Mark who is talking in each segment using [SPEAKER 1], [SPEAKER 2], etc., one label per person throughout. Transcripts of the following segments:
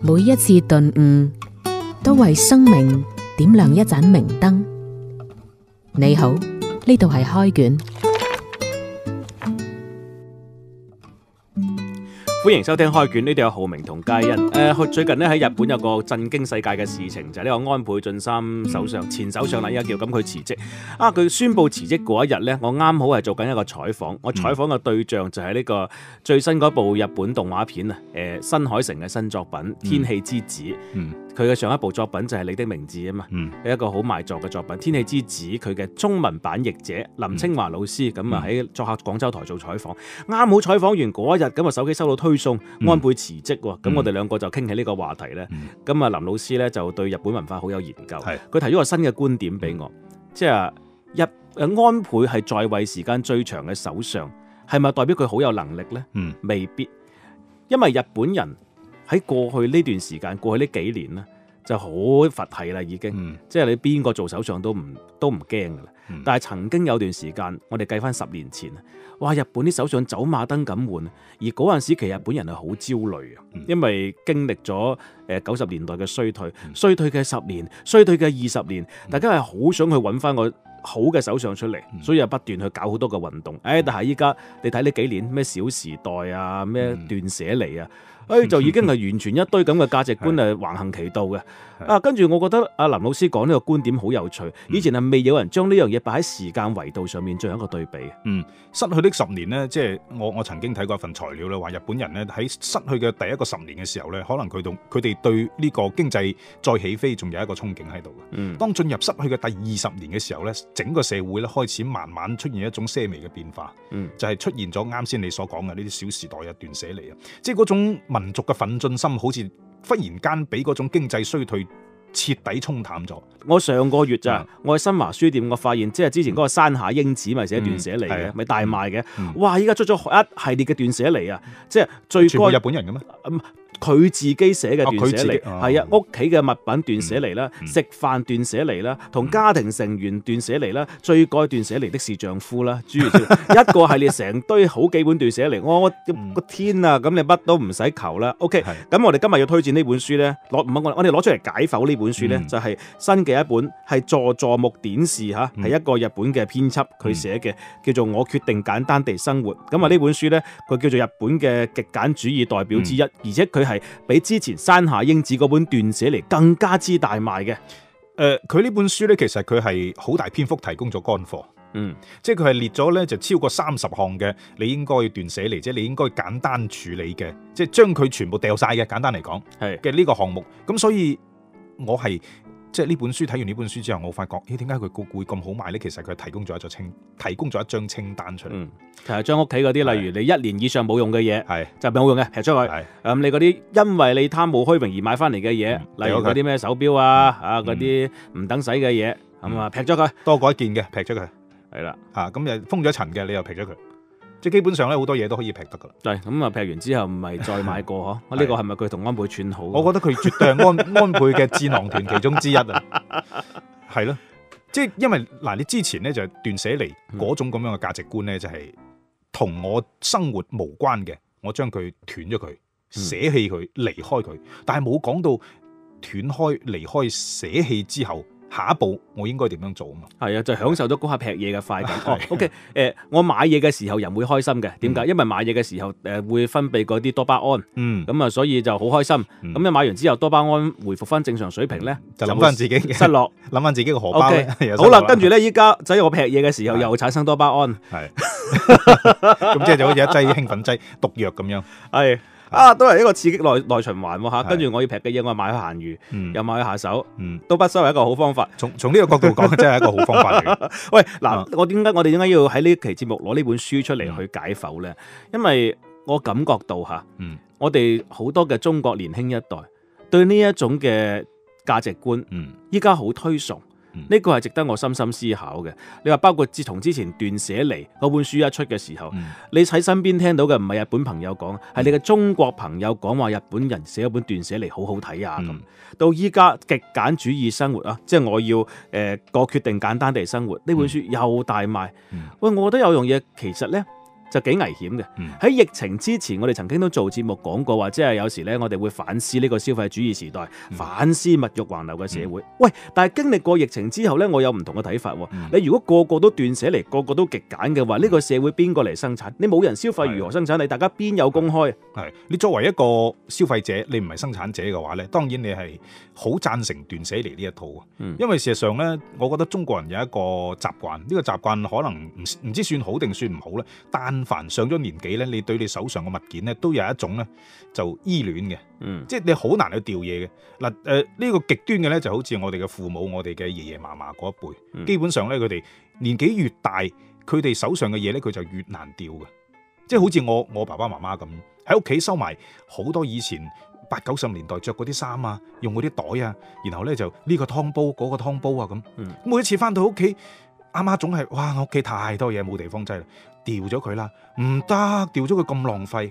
[SPEAKER 1] 每一次頓悟，都為生命點亮一盞明燈。你好，呢度係開卷，
[SPEAKER 2] 啊歡迎收聽開卷，呢度有浩明同佳欣。誒、呃，最近咧喺日本有個震驚世界嘅事情，就係、呢個安倍晉三首相前首相啦，依家叫咁佢辭職。啊，佢宣布辭職嗰一日呢，我啱好係做緊一個採訪，
[SPEAKER 3] 嗯
[SPEAKER 2] 我採訪嘅對象就係呢個最新嗰部日本動畫片啊，誒、新海誠嘅新作品《天氣之子》。
[SPEAKER 3] 嗯
[SPEAKER 2] 佢嘅上一部作品就係《你的名字》啊嘛，
[SPEAKER 3] 嗯
[SPEAKER 2] 一個好賣座嘅作品《天氣之子》，佢嘅中文版譯者林清華老師咁
[SPEAKER 3] 嗯
[SPEAKER 2] 啊喺作客廣州台做採訪，啱好採訪完嗰一日，咁啊手機收到推送
[SPEAKER 3] 嗯
[SPEAKER 2] 安倍辭職喎，咁我哋兩個就傾起呢個話題咧，咁啊林老師咧就對日本文化好有研究，
[SPEAKER 3] 係
[SPEAKER 2] 佢提咗個新嘅觀點俾我，即係日誒安倍係在位時間最長嘅首相，係咪代表佢好有能力呢？
[SPEAKER 3] 嗯
[SPEAKER 2] 未必，因為日本人喺過去呢段時間，過去呢幾年呢，就好佛系啦，已經，
[SPEAKER 3] 嗯
[SPEAKER 2] 即係你邊個做首相都唔都唔驚噶啦。
[SPEAKER 3] 嗯
[SPEAKER 2] 但係曾經有段時間，我哋計翻十年前啊，哇！日本啲首相走馬燈咁換，啊而嗰陣時其實日本人係好焦慮啊，
[SPEAKER 3] 嗯
[SPEAKER 2] 因為經歷咗誒九十年代嘅衰退，
[SPEAKER 3] 嗯
[SPEAKER 2] 衰退嘅十年，衰退嘅二十年，大家係好想去揾翻個好嘅首相出嚟，
[SPEAKER 3] 嗯
[SPEAKER 2] 所以啊不斷去搞好多嘅運動。誒、但係依家你睇呢幾年咩《小時代》啊，咩《
[SPEAKER 3] 嗯
[SPEAKER 2] 斷捨離》啊，誒、就已經係完全一堆咁嘅價值觀係橫行其道嘅。啊，跟住我覺得阿林老師講呢個觀點好有趣，
[SPEAKER 3] 嗯
[SPEAKER 2] 以前係未有人將呢樣嘢擺喺時間維度上面進行一個對比。
[SPEAKER 3] 嗯，失去呢十年呢，即係我我曾經睇過一份材料咧，話日本人呢喺失去嘅第一個十年嘅時候呢，可能佢同佢哋對呢個經濟再起飛仲有一個憧憬喺度嘅。
[SPEAKER 2] 嗯
[SPEAKER 3] 當進入失去嘅第二十年嘅時候呢，整個社會呢開始慢慢出現一種些微嘅變化，
[SPEAKER 2] 嗯
[SPEAKER 3] 就係出現咗啱先你所講嘅呢啲小時代啊、斷捨離啊，即係嗰種民族嘅奮進心，好似忽然間俾嗰種經濟衰退徹底沖淡咗。
[SPEAKER 2] 我上個月咋
[SPEAKER 3] 嗯，
[SPEAKER 2] 我喺新華書店，我發現即係之前嗰個山下英子咪寫斷捨離
[SPEAKER 3] 嗯係
[SPEAKER 2] 嘅
[SPEAKER 3] 啊，
[SPEAKER 2] 咪大賣嘅
[SPEAKER 3] 嗯。
[SPEAKER 2] 哇！依家出咗一系列嘅斷捨離啊，即係最
[SPEAKER 3] 全部日
[SPEAKER 2] 該
[SPEAKER 3] 本人嘅啊咩？
[SPEAKER 2] 佢自己寫嘅
[SPEAKER 3] 哦
[SPEAKER 2] 斷
[SPEAKER 3] 佢
[SPEAKER 2] 捨
[SPEAKER 3] 自己
[SPEAKER 2] 離，
[SPEAKER 3] 哦
[SPEAKER 2] 係啊，屋企嘅物品斷捨離啦，
[SPEAKER 3] 嗯
[SPEAKER 2] 食飯斷捨離啦，同家庭成員斷捨離啦，最該斷捨離的是丈夫啦，諸如 此類一個系列成堆好幾本斷捨離，我我
[SPEAKER 3] 嗯
[SPEAKER 2] 個天啊！咁你乜都唔使求啦。OK，
[SPEAKER 3] 係
[SPEAKER 2] 咁我哋今日要推薦呢本書呢，攞唔係我我哋攞出嚟解剖呢本書呢，
[SPEAKER 3] 嗯
[SPEAKER 2] 就係新嘅一本，係佐佐木典士嚇，
[SPEAKER 3] 嗯
[SPEAKER 2] 係一個日本嘅編輯佢寫嘅，叫做《我決定簡單地生活》。咁啊呢本書呢，佢叫做日本嘅極簡主義代表之一，而且佢係比之前山下英子嗰本斷捨離更加之大賣嘅。
[SPEAKER 3] 誒，呃佢呢本書呢，其實佢係好大篇幅提供咗乾貨，
[SPEAKER 2] 嗯，
[SPEAKER 3] 即係佢係列咗呢就超過三十項嘅，你應該要斷捨離，即係你應該簡單處理嘅，即係將佢全部掉晒嘅。簡單嚟講
[SPEAKER 2] 係
[SPEAKER 3] 嘅呢個項目，咁所以我係即係呢本書睇完呢本書之後，我發覺咦點解佢會咁好賣呢？其實佢係提供咗一張清，提供咗一張清單出嚟，
[SPEAKER 2] 嗯，其實將屋企嗰啲，
[SPEAKER 3] 係
[SPEAKER 2] 例如你一年以上冇用嘅嘢，
[SPEAKER 3] 係
[SPEAKER 2] 就冇用嘅，劈出去。
[SPEAKER 3] 係
[SPEAKER 2] 啊咁、你嗰啲因為你貪慕虛榮而買翻嚟嘅嘢，
[SPEAKER 3] 嗯
[SPEAKER 2] 例如嗰啲咩手錶啊、啊嗰啲唔等使嘅嘢，咁
[SPEAKER 3] 嗯
[SPEAKER 2] 啊劈咗佢，
[SPEAKER 3] 多過一件嘅，劈咗佢
[SPEAKER 2] 係啦，
[SPEAKER 3] 嚇，咁又封咗塵嘅，你又劈咗佢，即係基本上呢，好多嘢都可以劈得噶啦。
[SPEAKER 2] 就係咁啊劈完之後咪再買 過嗬，啊呢個係咪佢同安倍串好？
[SPEAKER 3] 我覺得佢絕對 係安安倍嘅智囊團其中之一啊，係咯，即係因為嗱，你之前咧就係斷捨離
[SPEAKER 2] 嗯
[SPEAKER 3] 嗰種咁樣嘅價值觀咧，就係同我生活無關嘅，我將佢斷咗
[SPEAKER 2] 嗯
[SPEAKER 3] 佢，捨棄佢，離開佢，但係冇講到斷開、離開、捨棄之後，下一步我應該點樣做啊嘛？
[SPEAKER 2] 係啊，就享受咗嗰下劈嘢嘅快 感。
[SPEAKER 3] 係
[SPEAKER 2] 哦，OK，誒、我買嘢嘅時候人會開心嘅，點解？因為買嘢嘅時候誒、會分泌嗰啲多巴胺，
[SPEAKER 3] 嗯，
[SPEAKER 2] 咁啊所以就好開心。
[SPEAKER 3] 嗯
[SPEAKER 2] 咁你買完之後多巴胺回復翻正常水平咧，
[SPEAKER 3] 就諗
[SPEAKER 2] 冇
[SPEAKER 3] 翻自己嘅
[SPEAKER 2] 失 落。
[SPEAKER 3] 諗翻自己個荷
[SPEAKER 2] O
[SPEAKER 3] 包
[SPEAKER 2] K，
[SPEAKER 3] 呢 又
[SPEAKER 2] 好啦，
[SPEAKER 3] 收
[SPEAKER 2] 跟住
[SPEAKER 3] 啦
[SPEAKER 2] 咧依家仔我劈嘢嘅時候又產生多巴胺。
[SPEAKER 3] 係 咁即係就好似一劑興奮劑、毒藥咁樣。
[SPEAKER 2] 系啊，都係一個刺激內内循環喎吓。
[SPEAKER 3] 係
[SPEAKER 2] 跟住我要劈嘅嘢，我買去鹹魚，
[SPEAKER 3] 嗯
[SPEAKER 2] 又買去下手，
[SPEAKER 3] 嗯。
[SPEAKER 2] 都不失為一個好方法。
[SPEAKER 3] 從從呢個角度 講，真係一個好方法嚟嘅。
[SPEAKER 2] 喂，嗱
[SPEAKER 3] 啊，
[SPEAKER 2] 我點解我哋點解要喺呢期節目攞呢本書出嚟去解剖呢？因為我感覺到吓，
[SPEAKER 3] 嗯
[SPEAKER 2] 我哋好多嘅中國年輕一代對呢一種嘅價值觀，
[SPEAKER 3] 嗯
[SPEAKER 2] 依家好推崇。
[SPEAKER 3] 嗯
[SPEAKER 2] 呢個係值得我深深思考嘅。你話包括自從之前斷捨離嗰本書一出嘅時候，
[SPEAKER 3] 嗯
[SPEAKER 2] 你喺身邊聽到嘅唔係日本朋友講，係你嘅中國朋友講話日本人寫一本斷捨離好好睇啊咁。
[SPEAKER 3] 嗯
[SPEAKER 2] 到依家極簡主義生活啊，即係我要誒、呃、個決定簡單地生活呢本書又大賣。
[SPEAKER 3] 嗯
[SPEAKER 2] 喂，我覺得有樣嘢其實呢就幾危險嘅
[SPEAKER 3] 嗯。
[SPEAKER 2] 喺疫情之前，我哋曾經都做節目講過話，即係有時呢，我哋會反思呢個消費主義時代，
[SPEAKER 3] 嗯
[SPEAKER 2] 反思物欲橫流嘅社會。喂，但係經歷過疫情之後呢，我有唔同嘅睇法喎。
[SPEAKER 3] 嗯
[SPEAKER 2] 你如果個個都斷捨離，個個都極簡嘅話，呢、個社會邊個嚟生產？你冇人消費，
[SPEAKER 3] 係
[SPEAKER 2] 如何生產？你大家邊有工開？
[SPEAKER 3] 係你作為一個消費者，你唔係生產者嘅話咧，當然你係好贊成斷捨離呢一套啊。
[SPEAKER 2] 嗯
[SPEAKER 3] 因為事實上咧，我覺得中國人有一個習慣，呢、個習慣可能唔唔知算好定算唔好咧。但凡上咗年紀咧，你對你手上嘅物件咧，都有一種咧就依戀嘅。
[SPEAKER 2] 嗯
[SPEAKER 3] 即係你好難去掉嘢嘅嗱，誒、呢、個極端嘅咧就好似我哋嘅父母、我哋嘅爺爺嫲嫲嗰一輩，
[SPEAKER 2] 嗯
[SPEAKER 3] 基本上咧佢哋年紀越大，佢哋手上嘅嘢咧佢就越難掉嘅，即係好似我我爸爸媽媽咁喺屋企收埋好多以前。八九十年代着嗰啲衫啊，用嗰啲袋啊，然後咧就呢個湯煲嗰、個湯煲啊咁。
[SPEAKER 2] 嗯
[SPEAKER 3] 每一次翻到屋企，阿媽總係哇，我屋企太多嘢冇地方擠啦，掉咗佢啦，唔得，掉咗佢咁浪費。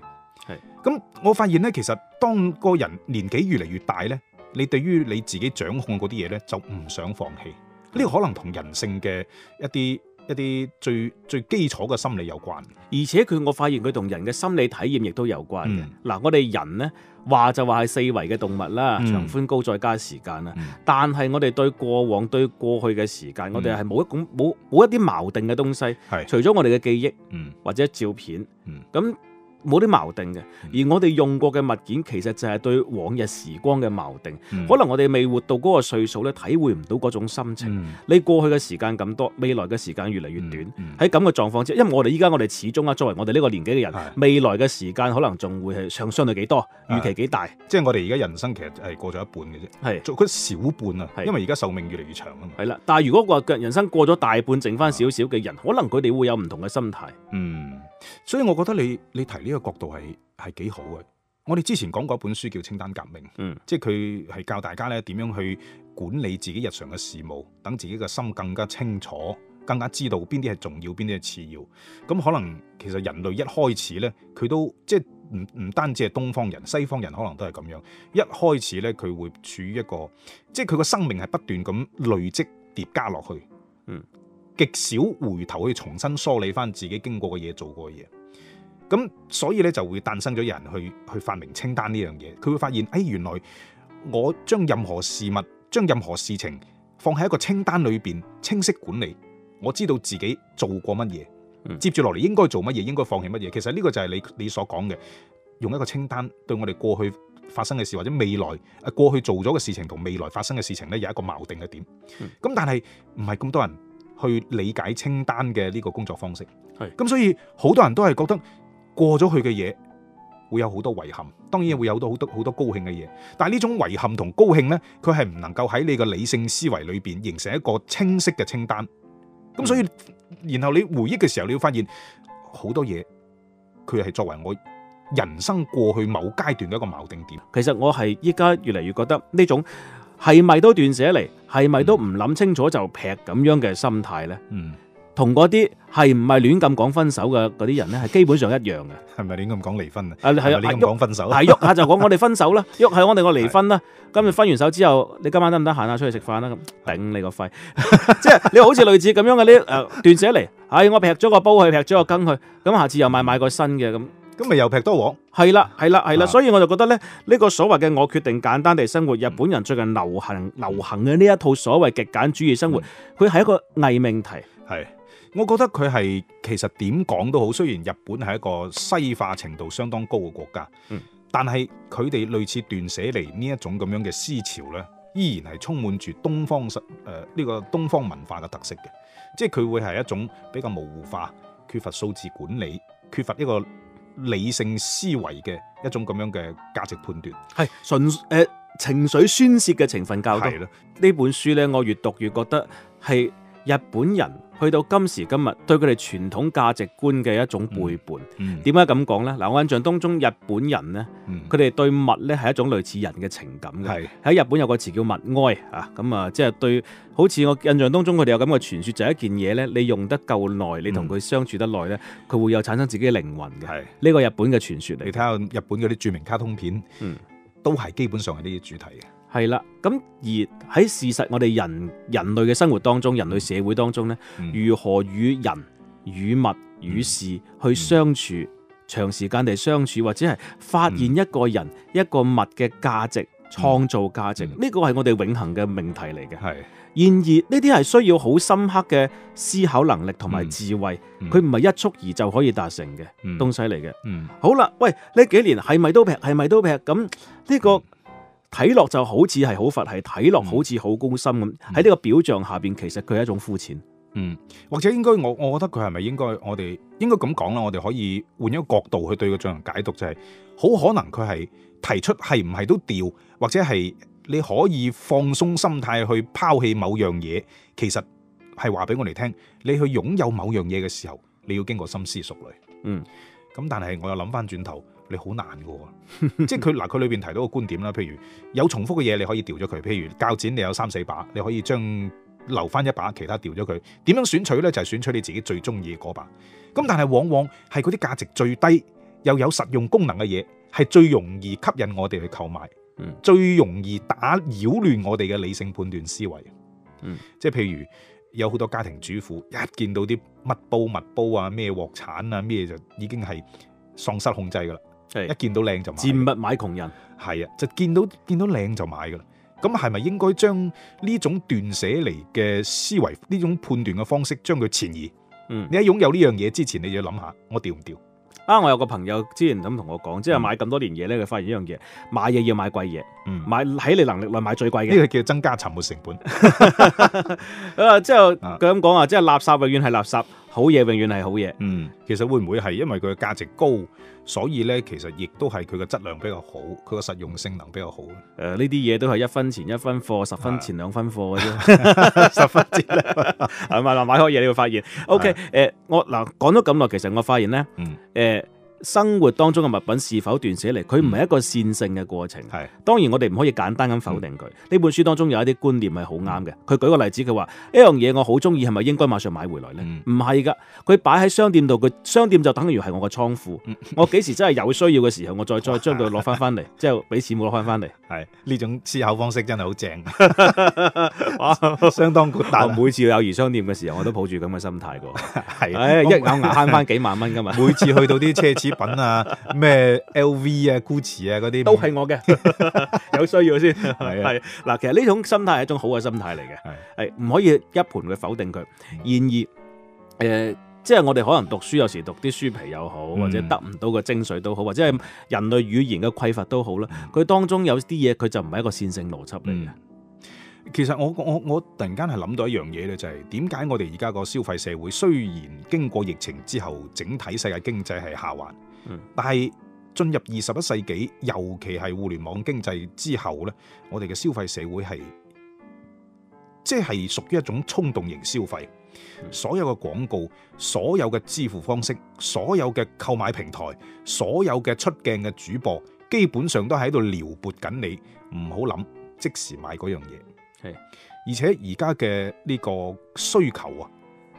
[SPEAKER 3] 咁我發現咧，其實當個人年紀越嚟越大咧，你對於你自己掌控嗰啲嘢咧，就唔想放棄。呢個可能同人性嘅一啲一啲最最基礎嘅心理有關。
[SPEAKER 2] 而且佢我發現佢同人嘅心理體驗亦都有關嘅
[SPEAKER 3] 嗯。
[SPEAKER 2] 嗱、我哋人呢話就話係四維嘅動物啦，
[SPEAKER 3] 嗯
[SPEAKER 2] 長寬高再加時間啦。
[SPEAKER 3] 嗯
[SPEAKER 2] 但係我哋對過往對過去嘅時間，我哋係冇一種冇冇一啲矛盾嘅東西，
[SPEAKER 3] 係，
[SPEAKER 2] 除咗我哋嘅記憶
[SPEAKER 3] 嗯
[SPEAKER 2] 或者照片，
[SPEAKER 3] 嗯
[SPEAKER 2] 咁冇啲矛盾嘅。而我哋用過嘅物件，其實就係對往日時光嘅矛盾。
[SPEAKER 3] 嗯
[SPEAKER 2] 可能我哋未活到嗰個歲數咧，體會唔到嗰種心情。
[SPEAKER 3] 嗯
[SPEAKER 2] 你過去嘅時間咁多，未來嘅時間越嚟越短。
[SPEAKER 3] 嗯
[SPEAKER 2] 喺咁嘅狀況之下，因為我哋依家我哋始終啊，作為我哋呢個年紀嘅人
[SPEAKER 3] 係，
[SPEAKER 2] 未來嘅時間可能仲會係上相對幾多，預期幾大，
[SPEAKER 3] 即係我哋而家人生其實係過咗一半嘅啫，
[SPEAKER 2] 係
[SPEAKER 3] 做佢少半啊，
[SPEAKER 2] 係
[SPEAKER 3] 因為而家壽命越嚟越長啊嘛。
[SPEAKER 2] 係啦。但係如果話人生過咗大半，剩翻少少嘅人，可能佢哋會有唔同嘅心態。
[SPEAKER 3] 嗯，所以我覺得你你提呢個角度係係幾好嘅。我哋之前講過一本書叫《清單革命》，
[SPEAKER 2] 嗯，
[SPEAKER 3] 即係佢係教大家咧點樣去管理自己日常嘅事務，等自己嘅心更加清楚，更加知道邊啲係重要，邊啲係次要。咁可能其實人類一開始咧，佢都即係唔唔單止係東方人，西方人可能都係咁樣。一開始咧，佢會處於一個即係佢個生命係不斷咁累積疊加落去，
[SPEAKER 2] 嗯，
[SPEAKER 3] 極少回頭去重新梳理翻自己經過嘅嘢、做過嘅嘢。咁所以咧就會誕生咗有人去去發明清單呢樣嘢，佢會發現，哎，原來我將任何事物、將任何事情放喺一個清單裏邊，清晰管理，我知道自己做過乜嘢，
[SPEAKER 2] 嗯
[SPEAKER 3] 接住落嚟應該做乜嘢，應該放棄乜嘢。其實呢個就係你你所講嘅，用一個清單對我哋過去發生嘅事或者未來啊過去做咗嘅事情同未來發生嘅事情咧有一個矛盾嘅點。咁、
[SPEAKER 2] 嗯
[SPEAKER 3] 但係唔係咁多人去理解清單嘅呢個工作方式。
[SPEAKER 2] 係
[SPEAKER 3] 咁，所以好多人都係覺得過咗去嘅嘢會有好多遺憾，當
[SPEAKER 2] 嗯
[SPEAKER 3] 然會有好多好多好多高興嘅嘢。但係呢種遺憾同高興呢，佢係唔能夠喺你嘅理性思維裏邊形成一個清晰嘅清單。咁
[SPEAKER 2] 嗯
[SPEAKER 3] 所以，然後你回憶嘅時候，你會發現好多嘢，佢係作為我人生過去某階段嘅一個矛盾點。
[SPEAKER 2] 其實我係依家越嚟越覺得呢種係咪都斷捨離，係咪都唔諗清楚就劈咁樣嘅心態呢？
[SPEAKER 3] 嗯，
[SPEAKER 2] 同嗰啲係唔係亂咁講分手嘅嗰啲人呢，係基本上一樣嘅。
[SPEAKER 3] 係咪你咁講離婚啊？
[SPEAKER 2] 啊，係
[SPEAKER 3] 係
[SPEAKER 2] 啊，
[SPEAKER 3] 咪
[SPEAKER 2] 喐
[SPEAKER 3] 你咁講分手啊？
[SPEAKER 2] 係喐下就講我哋分手啦， 喐下我哋我離婚啦。咁你分完手之後，你今晚得唔得閒啊？出去食飯啦咁，頂你個肺！ 即係你好似類似咁樣嘅呢誒斷捨離，唉、我劈咗個煲去，劈咗個羹去，咁下次又買買個新嘅咁。
[SPEAKER 3] 咁咪又劈多鑊？
[SPEAKER 2] 係啦，係啦，係啦，
[SPEAKER 3] 啊嗯
[SPEAKER 2] 所以我就覺得咧，呢個所謂嘅我決定簡單地生活，日本人最近流行流行嘅呢一套所謂極簡主義
[SPEAKER 3] 嗯
[SPEAKER 2] 生活，佢係一個偽命題。
[SPEAKER 3] 係，我覺得佢係其實點講都好，雖然日本係一個西化程度相當高嘅國家，
[SPEAKER 2] 嗯
[SPEAKER 3] 但係佢哋類似斷捨離呢一種咁樣嘅思潮呢，依然係充滿住東方實誒呢個東方文化嘅特色嘅，即係佢會係一種比較模糊化、缺乏數字管理、缺乏一個理性思維嘅一種咁樣嘅價值判斷。
[SPEAKER 2] 係純誒情緒宣泄嘅成分較啊多。
[SPEAKER 3] 係
[SPEAKER 2] 呢
[SPEAKER 3] 啦，
[SPEAKER 2] 本書咧，我越讀越覺得係日本人去到今時今日對佢哋傳統價值觀嘅一種背叛。
[SPEAKER 3] 嗯
[SPEAKER 2] 點解咁講呢？嗱，我印象當中日本人呢，
[SPEAKER 3] 嗯
[SPEAKER 2] 佢哋對物呢係一種類似人嘅情感嘅。
[SPEAKER 3] 係
[SPEAKER 2] 喺日本有個詞叫物哀啊，咁啊，即係對，好似我印象當中佢哋有咁嘅傳說，就係、一件嘢呢，你用得夠耐，你同佢相處得耐呢，佢會有產生自己嘅靈魂嘅。
[SPEAKER 3] 係。
[SPEAKER 2] 呢個日本嘅傳說嚟
[SPEAKER 3] 你。睇下日本嗰啲著名卡通片，
[SPEAKER 2] 嗯
[SPEAKER 3] 都係基本上係呢啲主題嘅。
[SPEAKER 2] 係啦，咁而喺事實，我哋人人類嘅生活當中，人類社會當中呢，
[SPEAKER 3] 嗯
[SPEAKER 2] 如何與人與物與事去相處，長時間地相處，或者係發現
[SPEAKER 3] 嗯
[SPEAKER 2] 一個人、一個物嘅價值、創造價值，
[SPEAKER 3] 嗯
[SPEAKER 2] 呢個係我哋永恆嘅命題嚟嘅。
[SPEAKER 3] 係
[SPEAKER 2] 然而呢啲係需要好深刻嘅思考能力同埋
[SPEAKER 3] 嗯
[SPEAKER 2] 智慧，
[SPEAKER 3] 嗯
[SPEAKER 2] 佢唔係一蹴而就可以達成嘅
[SPEAKER 3] 嗯
[SPEAKER 2] 東西嚟嘅。
[SPEAKER 3] 嗯
[SPEAKER 2] 好啦，喂，呢幾年係咪都劈？係咪都劈？咁呢個睇落就好似係好佛系，睇落
[SPEAKER 3] 嗯
[SPEAKER 2] 好似好高深咁。喺呢個表象下邊，其實佢係一種膚淺。
[SPEAKER 3] 嗯，或者應該我我覺得佢係咪應該我哋應該咁講啦？我哋可以換一個角度去對佢進行解讀，就係、好可能佢係提出係唔係都掉，或者係你可以放鬆心態去拋棄某樣嘢，其實係話俾我哋聽，你去擁有某樣嘢嘅時候，你要經過深思熟慮。
[SPEAKER 2] 嗯，
[SPEAKER 3] 咁但係我又諗翻轉頭，你好難嘅喎，即係佢嗱佢裏邊提到個觀點啦，譬如有重複嘅嘢你可以掉咗佢，譬如鉸剪你有三四把，你可以將留翻一把，其他掉咗佢。點樣選取呢？就係、選取你自己最中意嘅嗰把。咁但係往往係嗰啲價值最低又有實用功能嘅嘢，係最容易吸引我哋去購買，
[SPEAKER 2] 嗯
[SPEAKER 3] 最容易打擾亂我哋嘅理性判斷思維。
[SPEAKER 2] 嗯，
[SPEAKER 3] 即係譬如有好多家庭主婦一見到啲乜煲乜煲啊，咩鑊鏟啊，咩就已經係喪失控制噶啦。一
[SPEAKER 2] 係
[SPEAKER 3] 見到靚就買
[SPEAKER 2] 賤物買窮人。
[SPEAKER 3] 係啊，就見到見到靚就買噶啦。咁係咪應該將呢種斷捨離嘅思維、呢種判斷嘅方式，將佢前移？
[SPEAKER 2] 嗯
[SPEAKER 3] 你喺擁有呢樣嘢之前，你就要諗下，我掉唔掉？
[SPEAKER 2] 啊，我有個朋友之前咁同我講，即係
[SPEAKER 3] 嗯
[SPEAKER 2] 買咁多年嘢咧，佢發現一樣嘢，買嘢要買貴嘢，
[SPEAKER 3] 嗯，呢
[SPEAKER 2] 買喺你能力內買最貴嘅。
[SPEAKER 3] 個叫增加沉沒成本。
[SPEAKER 2] 啊，之後
[SPEAKER 3] 啊
[SPEAKER 2] 佢咁講啊，即係垃圾永遠係垃圾，好嘢永遠係好嘢。
[SPEAKER 3] 嗯，其實會唔會係因為佢嘅價值高，所以呢，其實亦都係佢嘅質量比較好，佢嘅實用性能比較好，啊
[SPEAKER 2] 誒呢啲嘢都係一分錢一分貨，十分錢兩分貨嘅啫。
[SPEAKER 3] 十分之叻。
[SPEAKER 2] 係咪嗱買開嘢你會發現，OK 誒、我嗱講咗咁耐，其實我發現咧，誒、
[SPEAKER 3] 嗯
[SPEAKER 2] 生活當中嘅物品是否斷捨離，佢唔係一個線性嘅過程。啊
[SPEAKER 3] 係
[SPEAKER 2] 當然我哋唔可以簡單咁否定佢。呢、本書當中有一啲觀念係好啱嘅。佢舉個例子，佢話一樣嘢我好中意，係咪應該馬上買回來呢？
[SPEAKER 3] 嗯
[SPEAKER 2] 唔係㗎，佢擺喺商店度，佢商店就等於係我個倉庫。 我幾時真係有需要嘅時候，我再 再將佢攞翻翻嚟，即係俾錢冇攞翻翻嚟。
[SPEAKER 3] 係呢種思考方式真係好正， 相當豁達
[SPEAKER 2] 但
[SPEAKER 3] 啊。
[SPEAKER 2] 每次有魚商店嘅時候，我都抱住咁嘅心態 㗎。唉，
[SPEAKER 3] 係
[SPEAKER 2] 哎一咬牙慳翻幾萬蚊㗎嘛。
[SPEAKER 3] 每次去到啲奢侈品啊，咩 LV 啊、GUCCI 啊嗰啲，
[SPEAKER 2] 都係我 嘅，有需要先
[SPEAKER 3] 啊
[SPEAKER 2] 係嗱。其實呢種心態係一種好嘅心態嚟嘅，
[SPEAKER 3] 係嗯
[SPEAKER 2] 係唔可以一盤去否定佢。然而，誒、即係我哋可能讀書有時讀啲書皮又好，或者
[SPEAKER 3] 嗯
[SPEAKER 2] 得唔到個精髓都好，或者係人類語言嘅匱乏都好啦。
[SPEAKER 3] 嗯
[SPEAKER 2] 佢當中有啲嘢佢就唔係一個線性邏輯嚟嘅。
[SPEAKER 3] 其實我我我突然間係諗到一樣嘢咧，就係點解我哋而家個消費社會雖然經過疫情之後，整體世界經濟係下滑，
[SPEAKER 2] 嗯
[SPEAKER 3] 但係進入二十一世紀，尤其係互聯網經濟之後呢，我哋嘅消費社會係即係屬於一種衝動型消費，
[SPEAKER 2] 嗯
[SPEAKER 3] 所有嘅廣告、所有嘅支付方式、所有嘅購買平台、所有嘅出鏡嘅主播，基本上都喺度撩撥緊你，唔好諗即時買嗰樣嘢。而且而家嘅呢個需求啊，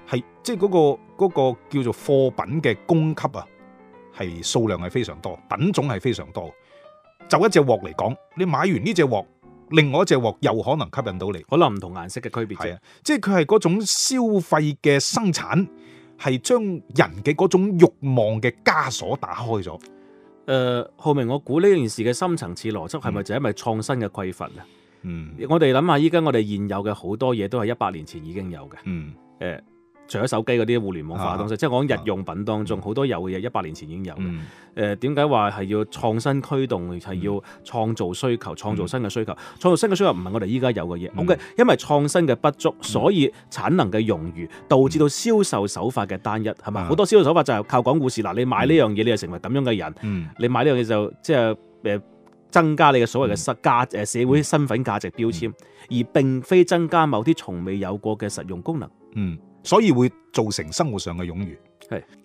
[SPEAKER 3] 係即係嗰個嗰個叫做貨品嘅供給啊，係數量係非常多，品種係非常多。就一隻鑊嚟講，你買完呢隻鑊，另外一隻鑊又可能吸引到你。
[SPEAKER 2] 可能唔同顏色嘅區別
[SPEAKER 3] 係
[SPEAKER 2] 啫
[SPEAKER 3] 啊。，即係佢係嗰種消費嘅生產，係將人嘅嗰種慾望嘅枷鎖打開咗。
[SPEAKER 2] 誒、浩明，呃我估呢件事嘅深層次邏輯係咪就係因為創新嘅匱乏啊？
[SPEAKER 3] 嗯
[SPEAKER 2] 我哋諗下，依家我哋現有嘅好多嘢都係一百年前已經有嘅。
[SPEAKER 3] 嗯
[SPEAKER 2] 誒、呃除咗手機嗰啲互聯網化嘅東西，即係我講
[SPEAKER 3] 啊
[SPEAKER 2] 日用品當中好、多有嘅嘢，一百年前已經有嘅。
[SPEAKER 3] 嗯
[SPEAKER 2] 誒點解話係要創新驅動，係要創造需求、創造新嘅需求、創造新嘅需求，唔係我哋依家有嘅嘢。
[SPEAKER 3] 嗯
[SPEAKER 2] OK，因為創新嘅不足，所以產能嘅冗餘，導致到銷售手法嘅單一，係咪？
[SPEAKER 3] 啊
[SPEAKER 2] 好多銷售手法就係靠講故事。嗱，你買呢樣嘢，你就成為咁樣嘅人；
[SPEAKER 3] 嗯
[SPEAKER 2] 你買呢樣嘢就即係呃誒。增加你嘅
[SPEAKER 3] 嗯
[SPEAKER 2] 所謂嘅身價誒社會身份價值標籤，而並非增加某啲從未有過嘅實用功能。
[SPEAKER 3] 嗯，所以會造成生活上嘅冗餘。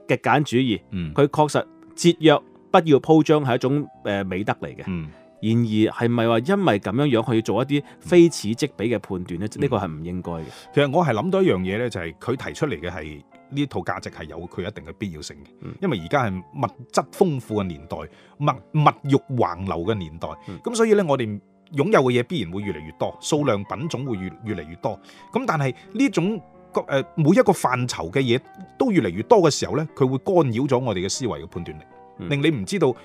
[SPEAKER 2] 極簡主義，
[SPEAKER 3] 嗯
[SPEAKER 2] 佢確實節約不要鋪張係一種誒、呃美德嚟嘅。
[SPEAKER 3] 嗯。
[SPEAKER 2] 然而係咪話因為咁樣樣去做一啲非此即彼嘅判斷呢？
[SPEAKER 3] 嗯
[SPEAKER 2] 呢個係唔應該嘅。
[SPEAKER 3] 其實我係諗到一樣嘢咧，就係佢提出嚟嘅係呢套價值係有佢一定嘅必要性嘅，
[SPEAKER 2] 嗯
[SPEAKER 3] 因為而家係物質豐富嘅年代，物物欲橫流嘅年代，
[SPEAKER 2] 嗯
[SPEAKER 3] 咁、所以咧我哋擁有嘅嘢必然會越嚟越多，數量品種會越越嚟越多，咁但係呢種個誒每一個範疇嘅嘢都越嚟越多嘅時候呢，佢會干擾咗我哋嘅思維嘅判斷力，
[SPEAKER 2] 嗯
[SPEAKER 3] 令你唔知道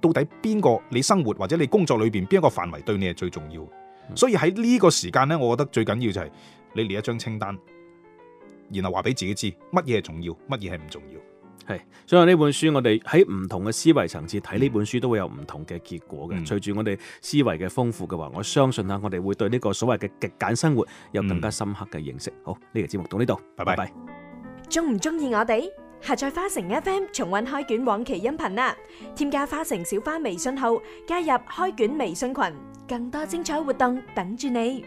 [SPEAKER 3] 到底邊個你生活或者你工作裏邊邊一個範圍對你係最重要嘅。
[SPEAKER 2] 嗯
[SPEAKER 3] 所以喺呢個時間呢，我覺得最緊要就係你列一張清單，然後話俾自己知乜嘢係重要，乜嘢係唔重要。
[SPEAKER 2] 係，所以呢本書我哋喺唔同嘅思維層次睇呢本書都會有唔同嘅結果嘅。
[SPEAKER 3] 嗯
[SPEAKER 2] 隨住我哋思維嘅豐富嘅話，我相信啊，我哋會對呢個所謂嘅極簡生活有更加深刻嘅認識。好，呢期節目到呢度，
[SPEAKER 3] 拜嗯拜
[SPEAKER 2] 拜拜
[SPEAKER 4] 中唔中意我哋？下載花城 FM 重温開卷往期音頻啦！添加花城小花微信號，加入開卷微信群，更多精彩活動等住你。